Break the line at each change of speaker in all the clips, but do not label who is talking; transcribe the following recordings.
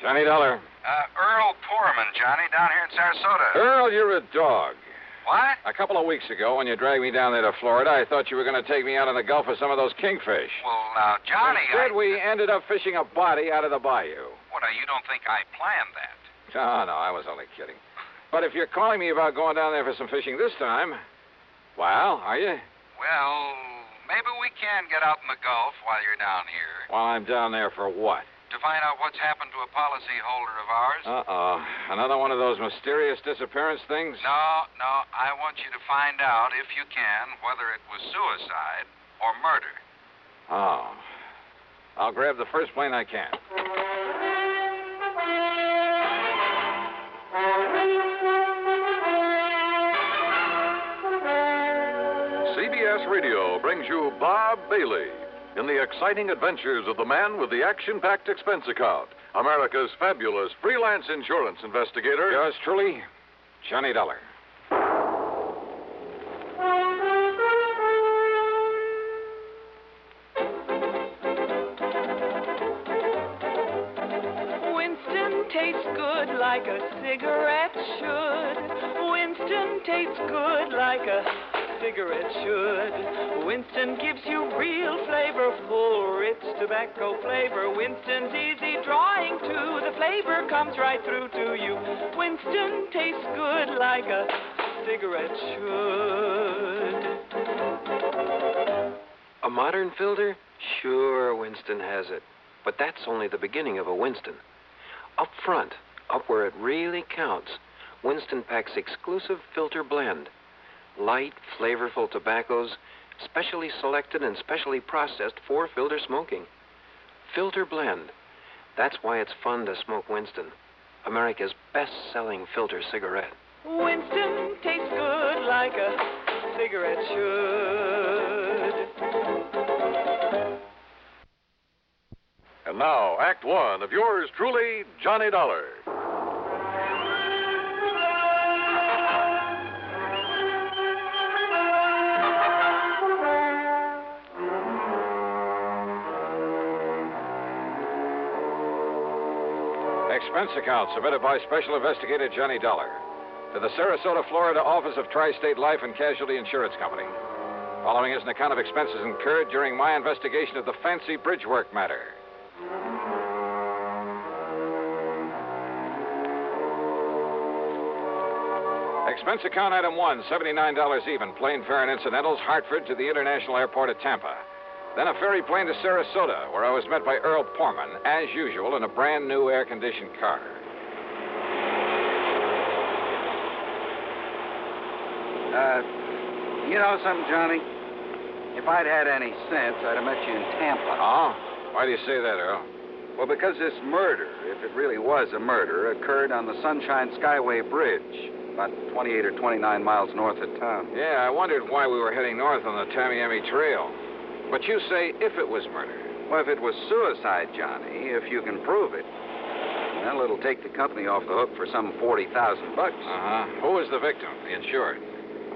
Johnny Dollar.
Uh, Earl Poorman, Johnny, down here in Sarasota.
Earl, you're a dog.
What?
A couple of weeks ago, when you dragged me down there to Florida, I thought you were going to take me out in the Gulf for some of those kingfish.
Well, now, Johnny, I...
Instead, we ended up fishing a body out of the bayou.
What, uh, you don't think I planned that?
Oh, no, I was only kidding. But if you're calling me about going down there for some fishing this time, well, are you?
Well, maybe we can get out in the Gulf while you're down here
Well, I'm down there for what?
to find out what's happened to a policyholder of ours.
Uh oh. Another one of those mysterious disappearance things?
No, no, I want you to find out, if you can, whether it was suicide or murder.
Oh. I'll grab the first plane I can.
CBS Radio brings you Bob Bailey in the exciting adventures of the man with the action packed expense account, America's fabulous freelance insurance investigator.
Yours truly, Johnny Dollar.
Winston tastes good like a cigarette should. Winston tastes good like a cigarette should. Winston gives you real flavor, full, rich tobacco flavor. Winston's easy drawing too. The flavor comes right through to you. Winston tastes good like a cigarette should.
A modern filter? Sure, Winston has it. But that's only the beginning of a Winston. Up front, up where it really counts, Winston packs exclusive filter blend. Light, flavorful tobaccos, specially selected and specially processed for filter smoking. Filter blend. That's why it's fun to smoke Winston, America's best selling filter cigarette.
Winston tastes good like a cigarette should.
And now, Act One of yours truly, Johnny Dollar.
Expense account submitted by Special Investigator Johnny Dollar to the Sarasota, Florida office of Tri State Life and Casualty Insurance Company. Following is an account of expenses incurred during my investigation of the Fancy Bridge Work matter. Expense account item one, $79 even, plane fare and incidentals, Hartford to the International Airport at Tampa. Then a ferry plane to Sarasota, where I was met by Earl Porman, as usual, in a brand new air conditioned car.
Uh, you know something, Johnny? If I'd had any sense, I'd have met you in Tampa.
Oh? Why do you say that, Earl?
Well, because this murder, if it really was a murder, occurred on the Sunshine Skyway Bridge, about 28 or 29 miles north of town.
Yeah, I wondered why we were heading north on the Tamiami Trail. But you say if it was murder.
Well, if it was suicide, Johnny, if you can prove it, well, it'll take the company off the hook for some 40,000 bucks.
Uh huh. Who was the victim? The insured.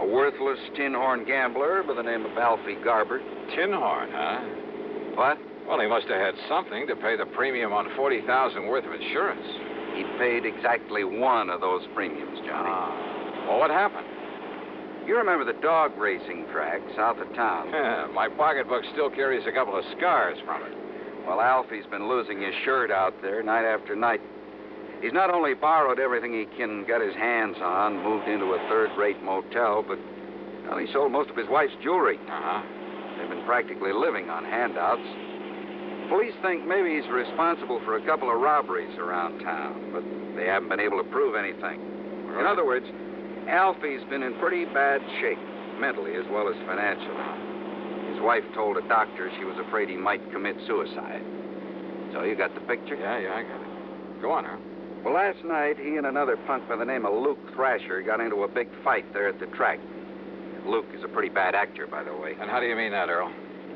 A worthless tin horn gambler by the name of Alfie Garber.
Tinhorn, huh?
What?
Well, he must have had something to pay the premium on 40000 worth of insurance.
He paid exactly one of those premiums, Johnny.
Ah. Well, what happened?
You remember the dog racing track south of town?
Yeah, my pocketbook still carries a couple of scars from it.
Well, Alfie's been losing his shirt out there night after night. He's not only borrowed everything he can get his hands on, moved into a third rate motel, but well, he sold most of his wife's jewelry.
Uh huh.
They've been practically living on handouts. Police think maybe he's responsible for a couple of robberies around town, but they haven't been able to prove anything. In other words, Alfie's been in pretty bad shape, mentally as well as financially. His wife told a doctor she was afraid he might commit suicide. So you got the picture?
Yeah, yeah, I got it. Go on, Earl.
Well, last night, he and another punk by the name of Luke Thrasher got into a big fight there at the track. Luke is a pretty bad actor, by the way.
And how do you mean that, Earl?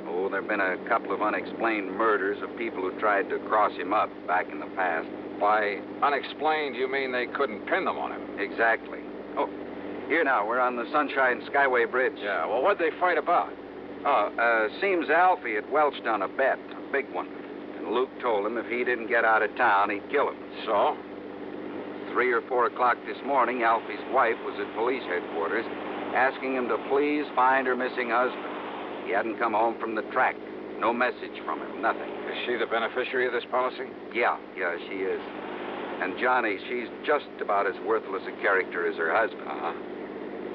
Oh, there have been a couple of unexplained murders of people who tried to cross him up back in the past.
By unexplained, you mean they couldn't pin them on him?
Exactly. Oh, here now, we're on the Sunshine Skyway Bridge.
Yeah, well, what'd they fight about?
Oh, uh, seems Alfie had welched on a bet, a big one. And and Luke told him if he didn't get out of town, he'd kill him.
So?
Three or four o'clock this morning, Alfie's wife was at police headquarters asking him to please find her missing husband. He hadn't come home from the track. No message from him, nothing.
Is she the beneficiary of this policy?
Yeah, yeah, she is. And Johnny, she's just about as worthless a character as her husband.
Uh-huh.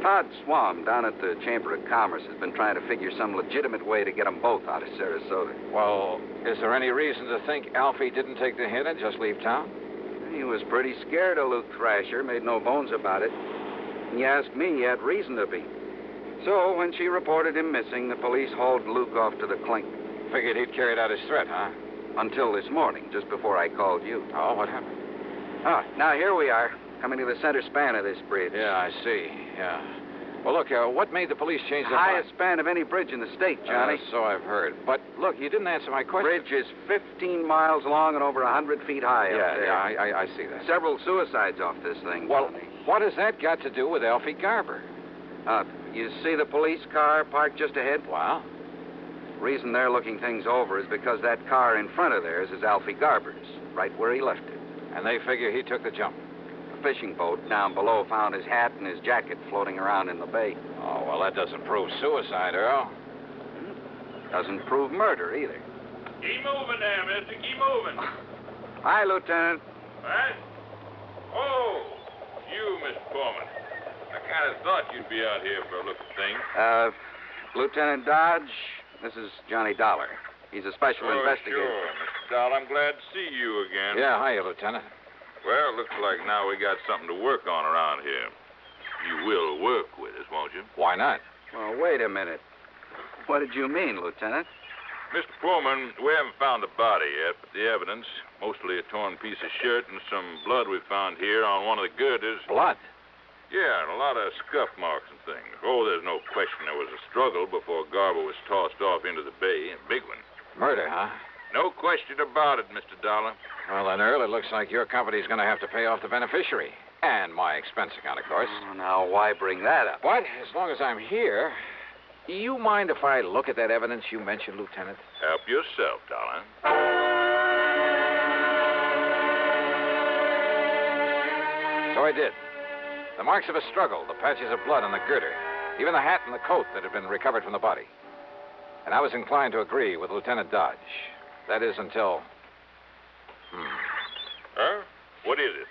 Todd Swam down at the Chamber of Commerce has been trying to figure some legitimate way to get them both out of Sarasota.
Well, is there any reason to think Alfie didn't take the hint and just leave town?
He was pretty scared of Luke Thrasher, made no bones about it. And you ask me, he had reason to be. So when she reported him missing, the police hauled Luke off to the clink
Figured he'd carried out his threat, huh?
until this morning, just before I called you.
Oh, what happened?
Ah, now here we are, coming to the center span of this bridge.
Yeah, I see. Yeah. Well, look, uh, what made the police change their
Highest span of any bridge in the state,
mind?
Johnny.
Uh, so I've heard. But look, you didn't answer my question.
bridge is 15 miles long and over 100 feet high
Yeah,
up there.
yeah, I, I, I see that.
Several suicides off this thing.
Well,
Johnny.
what has that got to do with Alfie Garber?
Uh, you see the police car parked just ahead?
Well,
Reason they're looking things over is because that car in front of theirs is Alfie Garber's, right where he left it.
and they figure he took the jump.
The fishing boat down below found his hat and his jacket floating around in the bay.
Oh, well, that doesn't prove suicide, Earl.
Hmm. Doesn't prove murder either.
Keep moving there, mister. Keep moving.
Hi, Lieutenant.
What? Oh, you, Miss Foreman. I kind of thought you'd be out here for a look at things.
Uh, Lieutenant Dodge, this is Johnny Dollar. He's a special
oh,
investigator.
sure, Mr. Doll. I'm glad to see you again.
Yeah, hiya, Lieutenant.
Well, looks like now we got something to work on around here. You will work with us, won't you?
Why not?
Well, wait a minute. What did you mean, Lieutenant?
Mr. Foreman, we haven't found the body yet, but the evidence, mostly a torn piece of shirt and some blood we found here on one of the girders,
Blood.
Yeah, and a lot of scuff marks and things. Oh, there's no question there was a struggle before Garber was tossed off into the bay. A big one.
Murder, huh?
No question about it, Mr. Dollar.
Well, then, Earl, it looks like your company's going to have to pay off the beneficiary. And my expense account, of course.
Oh, now, why bring that up?
But as long as I'm here, you mind if I look at that evidence you mentioned, Lieutenant?
Help yourself, Dollar.
So I did. The marks of a struggle, the patches of blood on the girder, even the hat and the coat that had been recovered from the body. And I was inclined to agree with Lieutenant Dodge. That is until.
Huh? What is it?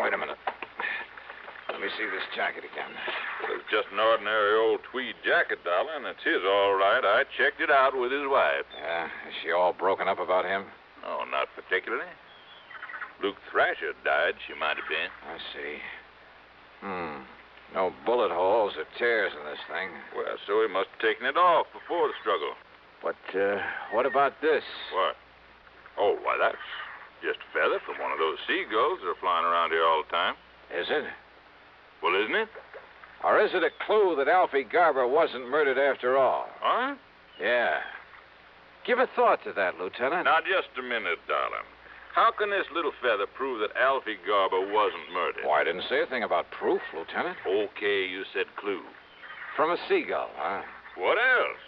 Wait a minute. Let me see this jacket again.
It's just an ordinary old tweed jacket, Dollar, and it's his all right. I checked it out with his wife.
Yeah, is she all broken up about him?
Oh, not particularly. Luke Thrasher died, she might have been.
I see. Hmm. No bullet holes or tears in this thing.
Well, so he must have taken it off before the struggle.
But uh, what about this?
What? Oh, why, that's just a feather from one of those seagulls that are flying around here all the time.
Is it?
Well, isn't it?
Or is it a clue that Alfie Garber wasn't murdered after all?
Huh?
Yeah. Give a thought to that, Lieutenant.
Now, just a minute, darling. How can this little feather prove that Alfie Garber wasn't murdered?
Why, I didn't say a thing about proof, Lieutenant.
Okay, you said clue.
From a seagull, huh?
What else?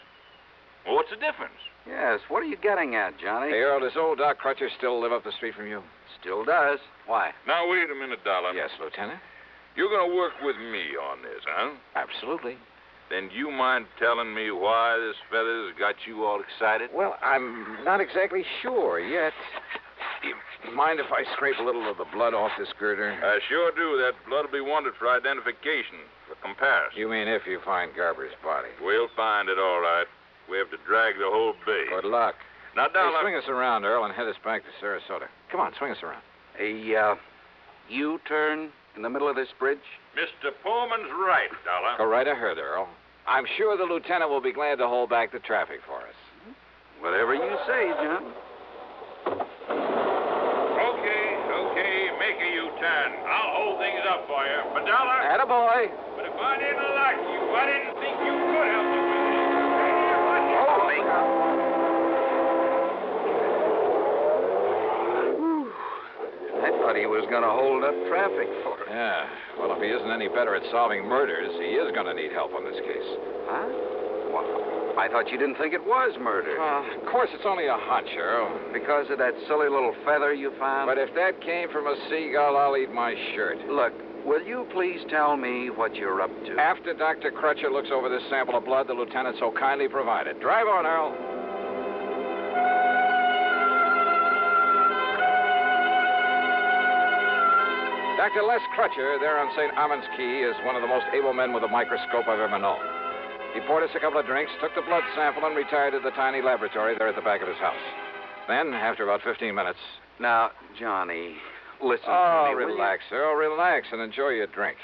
Well, what's the difference?
Yes, what are you getting at, Johnny?
Hey, Earl, does old Doc Crutcher still live up the street from you?
Still does. Why?
Now, wait a minute, darling.
yes, Lieutenant.
You're going to work with me on this, huh?
Absolutely.
Then you mind telling me why this feather's got you all excited?
Well, I'm not exactly sure yet. You mind if I scrape a little of the blood off this girder?
I sure do. That blood will be wanted for identification, for comparison.
You mean if you find Garber's body?
We'll find it all right. We have to drag the whole bay.
Good luck.
Now,
Hey,
Dollar.
swing us around, Earl, and head us back to Sarasota. Come on, swing us around.
A uh, U turn in the middle of this bridge?
Mr. Pullman's right, Dollar.
Go right ahead, Earl. I'm sure the lieutenant will be glad to hold back the traffic for us.
Whatever you say, John.
Okay, okay, make a U-turn. I'll hold things up for you. But, Dollar,
Attaboy!
but if I didn't like you, I didn't think you could help me with this.
Holy. I thought he was going to hold up traffic for it.
Yeah, well, if he isn't any better at solving murders, he is going to need help on this case.
Huh? Wha- I thought you didn't think it was murder.
Uh, of course, it's only a hunch, Earl.
Because of that silly little feather you found?
But if that came from a seagull, I'll eat my shirt.
Look, will you please tell me what you're up to?
After Dr. Crutcher looks over this sample of blood the lieutenant so kindly provided. Drive on, Earl. Dr. Les Crutcher, there on St. Armand's Key, is one of the most able men with a microscope I've ever known. He poured us a couple of drinks, took the blood sample, and retired to the tiny laboratory there at the back of his house. Then, after about 15 minutes.
Now, Johnny, listen to
Oh,
me. will you?
relax, Earl, relax, and enjoy your drink.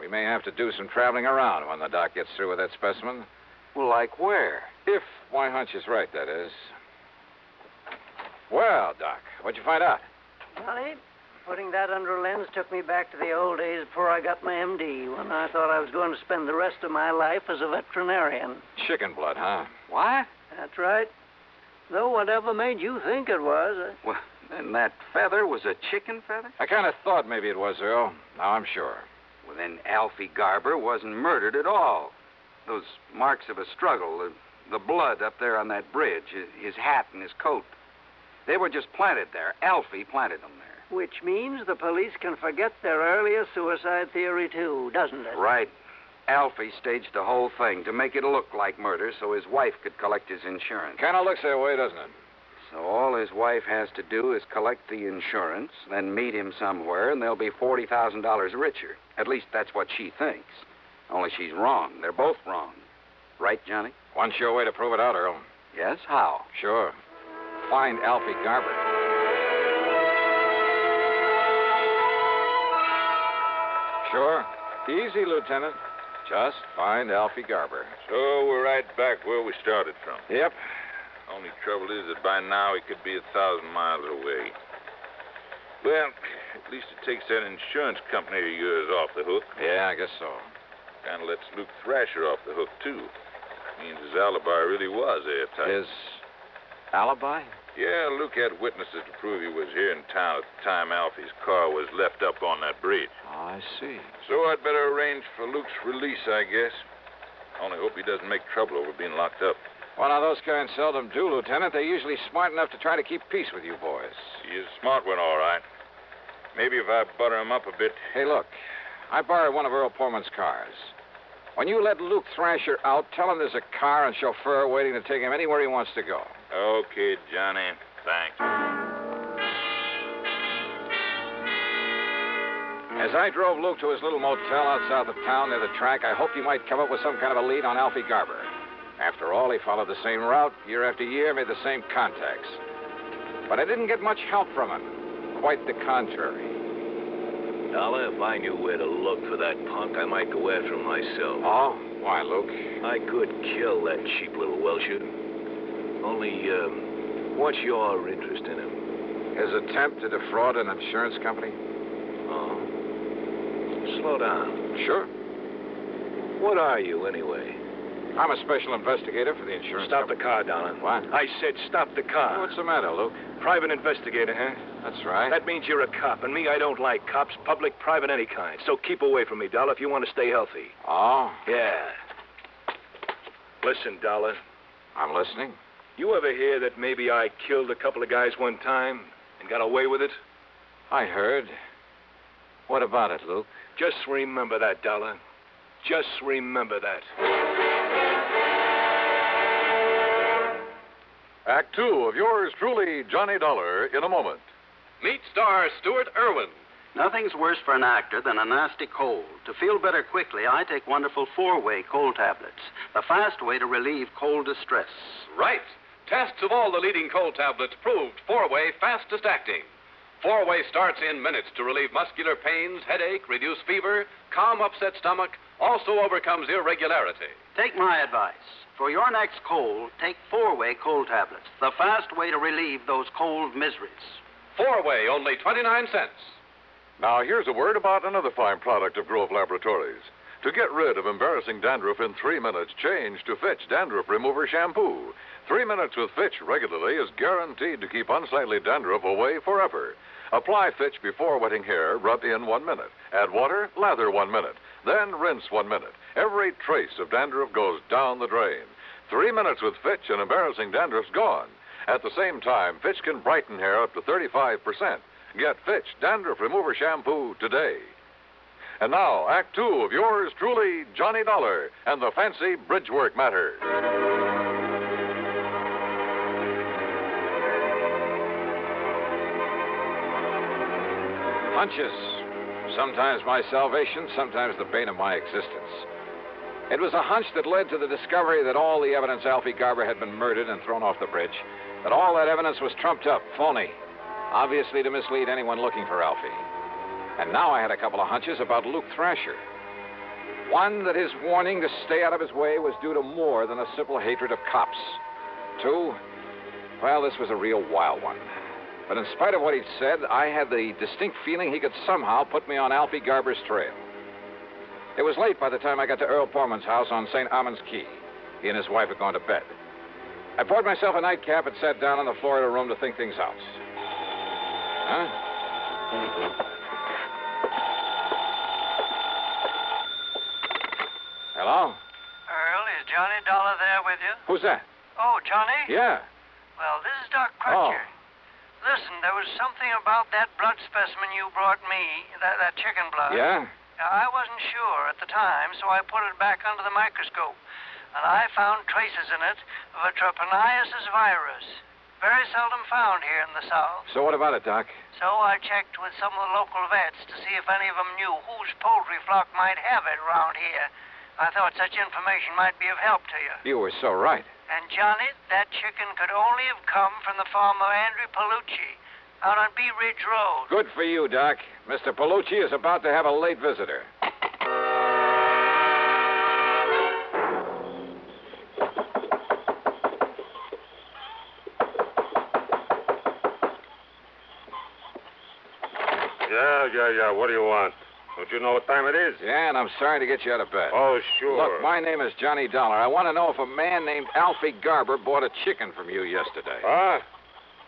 We may have to do some traveling around when the doc gets through with that specimen.
Well, like where?
If my hunch is right, that is. Well, Doc, what'd you find out?
Johnny, putting that under a lens took me back to the old days before I got my MD, when I thought I was going to spend the rest of my life as a veterinarian.
Chicken blood, huh?
What?
That's right. Though whatever made you think it was, uh,
Well, then that feather was a chicken feather?
I kind of thought maybe it was, Earl. Now I'm sure.
Well, then Alfie Garber wasn't murdered at all. Those marks of a struggle, the, the blood up there on that bridge, hi- his hat and his coat, they were just planted there. Alfie planted them there.
which means the police can forget their earlier suicide theory, too, doesn't it?
Right. Alfie staged the whole thing to make it look like murder so his wife could collect his insurance.
Kind of looks that way, doesn't it?
So all his wife has to do is collect the insurance, then meet him somewhere, and they'll be $40,000 richer. At least that's what she thinks. Only she's wrong. They're both wrong. Right, Johnny?
One sure way to prove it out, Earl.
Yes? How?
Sure. Find Alfie Garber. Sure. Easy, Lieutenant. Just find Alfie Garber.
So we're right back where we started from.
Yep.
Only trouble is that by now he could be a thousand miles away. Well, at least it takes that insurance company of yours off the hook.
Yeah, I guess so.
Kind of lets Luke Thrasher off the hook, too. Means his alibi really was airtight.
His alibi?
Yeah, Luke had witnesses to prove he was here in town at the time Alfie's car was left up on that bridge.
Oh, I see.
So I'd better arrange for Luke's release, I guess. Only hope he doesn't make trouble over being locked up.
Well, now, those kind seldom do, Lieutenant. They're usually smart enough to try to keep peace with you boys.
He is a smart one, all right. Maybe if I butter him up a bit.
Hey, look. I borrowed one of Earl Pullman's cars. When you let Luke Thrasher out, tell him there's a car and chauffeur waiting to take him anywhere he wants to go.
Okay, Johnny. Thanks.
As I drove Luke to his little motel out south of town near the track, I hoped he might come up with some kind of a lead on Alfie Garber. After all, he followed the same route year after year, made the same contacts. But I didn't get much help from him. Quite the contrary.
Dollar, if I knew where to look for that punk, I might go after him myself.
Oh? Why, Luke?
I could kill that cheap little Welsher. Only, um, what's your interest in him?
His attempt to defraud an insurance company?
Oh. Slow down.
Sure.
What are you, anyway?
I'm a special investigator for the insurance
Stop the
company.
car, Donna.
What?
I said stop the car.
What's the matter, Luke?
Private investigator, huh?
That's right.
That means you're a cop, and me, I don't like cops, public, private, any kind. So keep away from me, Dollar, if you want to stay healthy.
Oh,
Yeah. Listen, Dollar,
I'm listening.
you ever hear that maybe I killed a couple of guys one time and got away with it?
I heard. What about it, Luke?
Just remember that, Dollar. Just remember that.
Act two of yours truly, Johnny Dollar, in a moment.
Meet star Stuart Irwin.
Nothing's worse for an actor than a nasty cold. To feel better quickly, I take wonderful four way cold tablets, the fast way to relieve cold distress.
Right. Tests of all the leading cold tablets proved four way fastest acting. Four way starts in minutes to relieve muscular pains, headache, reduce fever, calm upset stomach, also overcomes irregularity.
Take my advice. For your next cold, take four way cold tablets, the fast way to relieve those cold miseries.
Four way, only 29 cents.
Now, here's a word about another fine product of Grove Laboratories. To get rid of embarrassing dandruff in three minutes, change to Fitch Dandruff Remover Shampoo. Three minutes with Fitch regularly is guaranteed to keep unsightly dandruff away forever. Apply Fitch before wetting hair, rub in one minute. Add water, lather one minute. Then rinse one minute. Every trace of dandruff goes down the drain. Three minutes with Fitch and embarrassing dandruff's gone. At the same time, Fitch can brighten hair up to 35%. Get Fitch Dandruff Remover Shampoo today. And now, Act Two of yours truly, Johnny Dollar and the Fancy Bridgework Matter.
Hunches. Sometimes my salvation, sometimes the bane of my existence. It was a hunch that led to the discovery that all the evidence Alfie Garber had been murdered and thrown off the bridge, that all that evidence was trumped up, phony, obviously to mislead anyone looking for Alfie. And now I had a couple of hunches about Luke Thrasher. One, that his warning to stay out of his way was due to more than a simple hatred of cops. Two, well, this was a real wild one. But in spite of what he'd said, I had the distinct feeling he could somehow put me on Alfie Garber's trail. It was late by the time I got to Earl Porman's house on St. Armand's Quay. He and his wife had gone to bed. I poured myself a nightcap and sat down on the floor of the room to think things out. Huh? Hello?
Earl, is Johnny Dollar there with you?
Who's that?
Oh, Johnny?
Yeah. Oh,
Well, this is Doc
Oh.
Crutcher. Listen, there was something about that blood specimen you brought me, that, that chicken blood.
Yeah?
Now, I wasn't sure at the time, so I put it back under the microscope. And I found traces in it of a trypanosis virus. Very seldom found here in the South.
So what about it, Doc?
So I checked with some of the local vets to see if any of them knew whose poultry flock might have it around here. I thought such information might be of help to you.
You were so right.
And Johnny, that chicken could only have come from the farm of Andrew Palucci out on Bee Ridge Road.
Good for you, Doc. Mr. Palucci is about to have a late visitor.
Yeah, yeah, yeah. What do you want? Don't you know what time it is?
Yeah, and I'm sorry to get you out of bed.
Oh, sure.
Look, my name is Johnny Dollar. I want to know if a man named Alfie Garber bought a chicken from you yesterday.
Huh?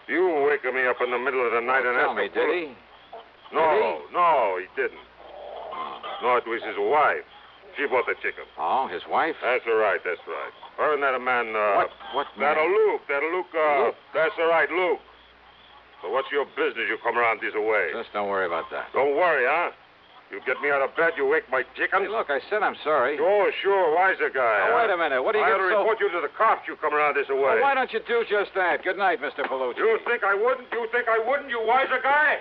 You waking me up in the middle of the night and
Tell
asking
me, did he?
No, no, he didn't. No, it was his wife. She bought the chicken.
Oh, his wife?
That's all right, that's right. Her and that a man, uh...
what? What
That a
man?
Luke, that a Luke, uh...
Luke?
That's all right, Luke. So what's your business you come around this way?
Just don't worry about that.
Don't worry, huh? You get me out of bed, you wake my chicken?
Hey, look, I said I'm sorry.
Oh, sure, wiser guy.
Now, wait a minute. What do you
I
get
ought to
so...
report you to the cops you come around this way.
Well, why don't you do just that? Good night, Mr. Palucci.
You think I wouldn't? You think I wouldn't, you wiser guy?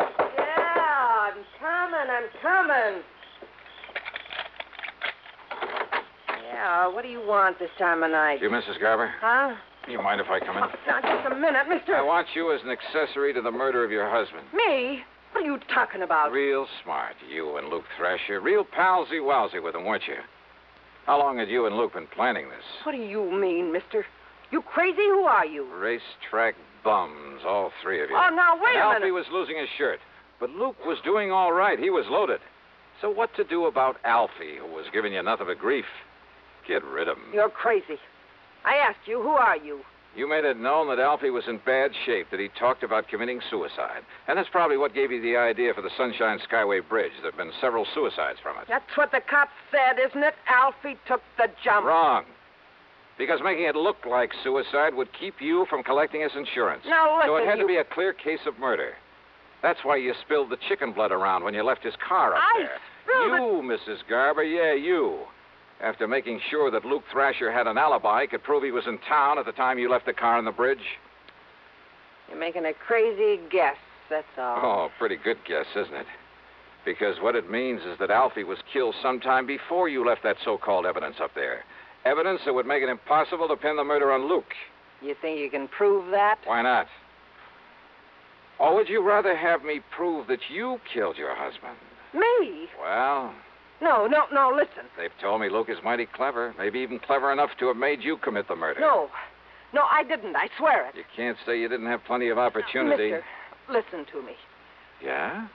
Yeah, I'm coming, I'm coming. Yeah, what do you want this time of night?
You, Mrs. Garber?
Huh?
Do you mind if I come in?
Now, just a minute, mister.
I want you as an accessory to the murder of your husband.
Me? What are you talking about?
Real smart, you and Luke Thrasher. Real palsy walsy with him, weren't you? How long had you and Luke been planning this?
What do you mean, mister? You crazy? Who are you?
Racetrack bums, all three of you.
Oh, now, wait
and
a
Alfie
minute.
was losing his shirt, but Luke was doing all right. He was loaded. So what to do about Alfie, who was giving you nothing but grief? Get rid of him.
You're crazy. I asked you, who are you?
You made it known that Alfie was in bad shape, that he talked about committing suicide. And that's probably what gave you the idea for the Sunshine Skyway Bridge. There have been several suicides from it.
That's what the cops said, isn't it? Alfie took the jump.
Wrong. Because making it look like suicide would keep you from collecting his insurance.
Now, listen,
so it had
you-
to be a clear case of murder. That's why you spilled the chicken blood around when you left his car up
I
there.
spilled it.
you, Mrs. Garber, yeah, you. After making sure that Luke Thrasher had an alibi, could prove he was in town at the time you left the car on the bridge.
You're making a crazy guess, that's all.
Oh, pretty good guess, isn't it? Because what it means is that Alfie was killed sometime before you left that so-called evidence up there. Evidence that would make it impossible to pin the murder on Luke.
You think you can prove that?
Why not? Or would you rather have me prove that you killed your husband?
Me?
Well,
No, no, no, listen.
they've told me Luke is mighty clever, maybe even clever enough to have made you commit the murder.
No. No, I didn't. I swear it.
You can't say you didn't have plenty of opportunity.
Mister, listen to me.
Yeah?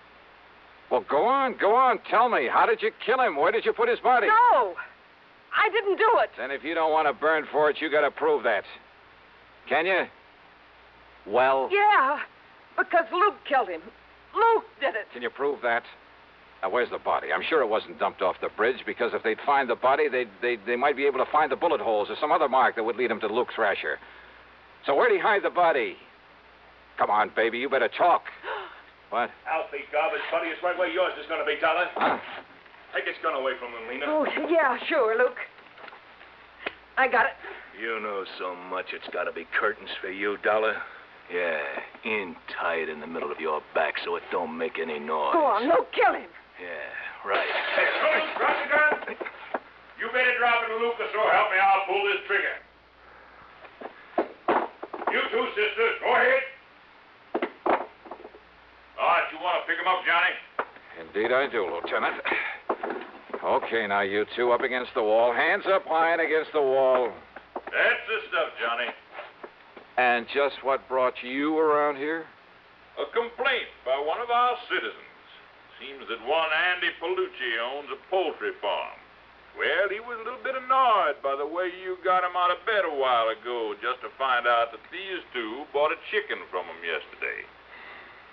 Well, go on, go on. Tell me, how did you kill him? Where did you put his body?
No! I didn't do it.
Then if you don't want to burn for it, you got to prove that. Can you? Well,
Yeah. But Because Luke killed him. Luke did it.
Can you prove that? Now, where's the body? I'm sure it wasn't dumped off the bridge because if they'd find the body, they'd, they they might be able to find the bullet holes or some other mark that would lead them to Luke Thrasher. So where'd he hide the body? Come on, baby, you better talk. What?
Alfie, garbage buddy, it's right where yours is going to be, Dollar. Take his gun away from him, Lena.
Oh, yeah, sure, Luke. I got it.
You know so much, it's gotta be curtains for you, Dollar. Yeah, in tight in the middle of your back so it don't make any noise.
Go on, Luke, kill him.
Yeah, right.
Hey, Cruz, drop the gun. You better drop it, Lucas, or help me, I'll pull this trigger. You two sisters, go ahead. All right, you want to pick him up, Johnny?
Indeed, I do, Lieutenant. Okay, now you two up against the wall, hands up high and against the wall.
That's the stuff, Johnny.
And just what brought you around here?
A complaint by one of our citizens. Seems that one Andy Palucci owns a poultry farm. Well, he was a little bit annoyed by the way you got him out of bed a while ago just to find out that these two bought a chicken from him yesterday.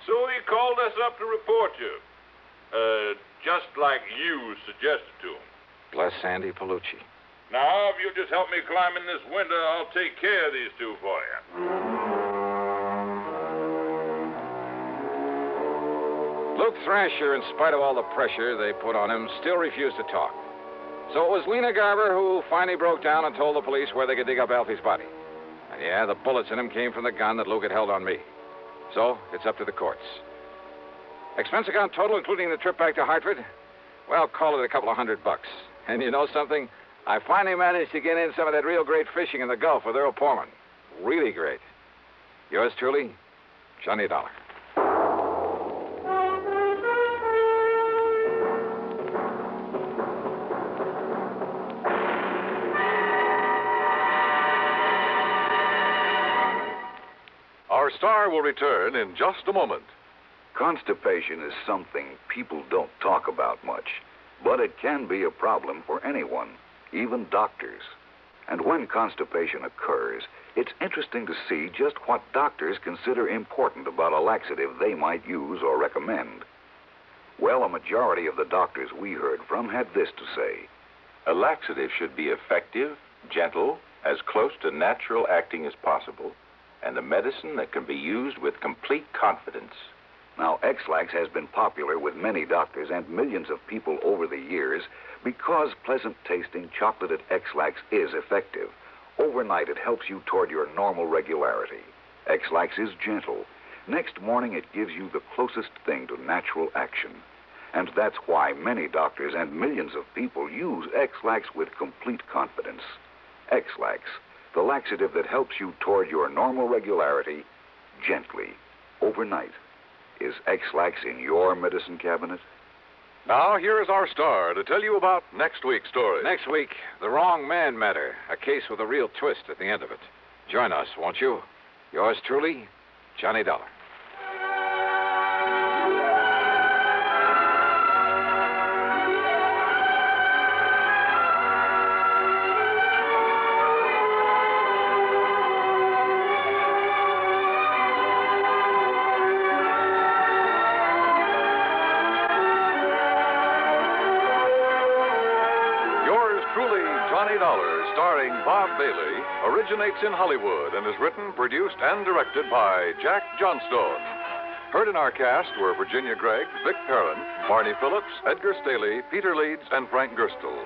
So he called us up to report you. Uh, just like you suggested to him.
Bless Andy Palucci.
Now, if you'll just help me climb in this window, I'll take care of these two for you.
Luke Thrasher, in spite of all the pressure they put on him, still refused to talk. So it was Lena Garber who finally broke down and told the police where they could dig up Alfie's body. And yeah, the bullets in him came from the gun that Luke had held on me. So it's up to the courts. Expense account total, including the trip back to Hartford? Well, call it a couple of hundred bucks. And you know something? I finally managed to get in some of that real great fishing in the Gulf with Earl Portman. Really great. Yours truly, Johnny Dollar.
Our star will return in just a moment.
Constipation is something people don't talk about much, but it can be a problem for anyone, even doctors. And when constipation occurs, it's interesting to see just what doctors consider important about a laxative they might use or recommend. Well, a majority of the doctors we heard from had this to say.
A laxative should be effective, gentle, as close to natural acting as possible, and a medicine that can be used with complete confidence.
Now, X-Lax has been popular with many doctors and millions of people over the years because pleasant tasting chocolated X-Lax is effective. Overnight, it helps you toward your normal regularity. X-Lax is gentle. Next morning, it gives you the closest thing to natural action. And that's why many doctors and millions of people use X-Lax with complete confidence. X-Lax, the laxative that helps you toward your normal regularity gently, overnight. Is X-Lax in your medicine cabinet?
Now, here is our star to tell you about next week's story.
Next week, The Wrong Man Matter, a case with a real twist at the end of it. Join us, won't you? Yours truly, Johnny Dollar.
Yours truly, Johnny Dollar, starring Bob Bailey, originates in Hollywood and is written, produced, and directed by Jack Johnstone. Heard in our cast were Virginia Gregg, Vic Perrin, Barney Phillips, Edgar Staley, Peter Leeds, and Frank Gerstel.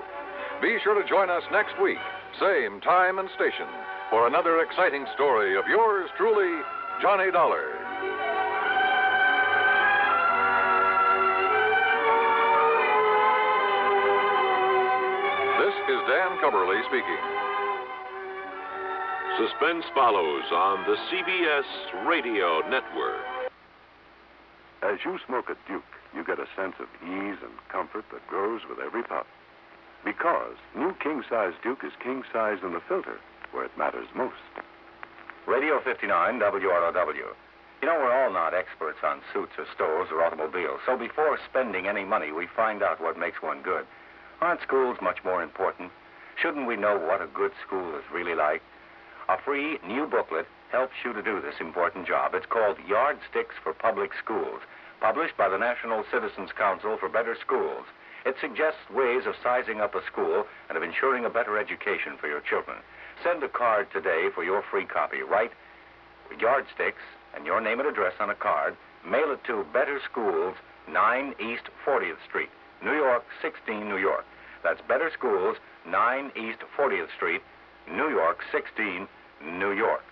Be sure to join us next week, same time and station, for another exciting story of yours truly, Johnny Dollar. This is Dan Cumberly speaking.
Suspense follows on the CBS Radio Network.
As you smoke a Duke, you get a sense of ease and comfort that grows with every puff. Because new king size Duke is king size in the filter, where it matters most.
Radio 59, WROW. You know, we're all not experts on suits or stoves or automobiles, so before spending any money, we find out what makes one good. Aren't schools much more important? Shouldn't we know what a good school is really like? A free new booklet helps you to do this important job. It's called Yardsticks for Public Schools, published by the National Citizens Council for Better Schools. It suggests ways of sizing up a school and of ensuring a better education for your children. Send a card today for your free copy. Write Yardsticks and your name and address on a card. Mail it to Better Schools, 9 East 40th Street, New York 16, New York. That's Better Schools, 9 East 40th Street, New York 16, New York.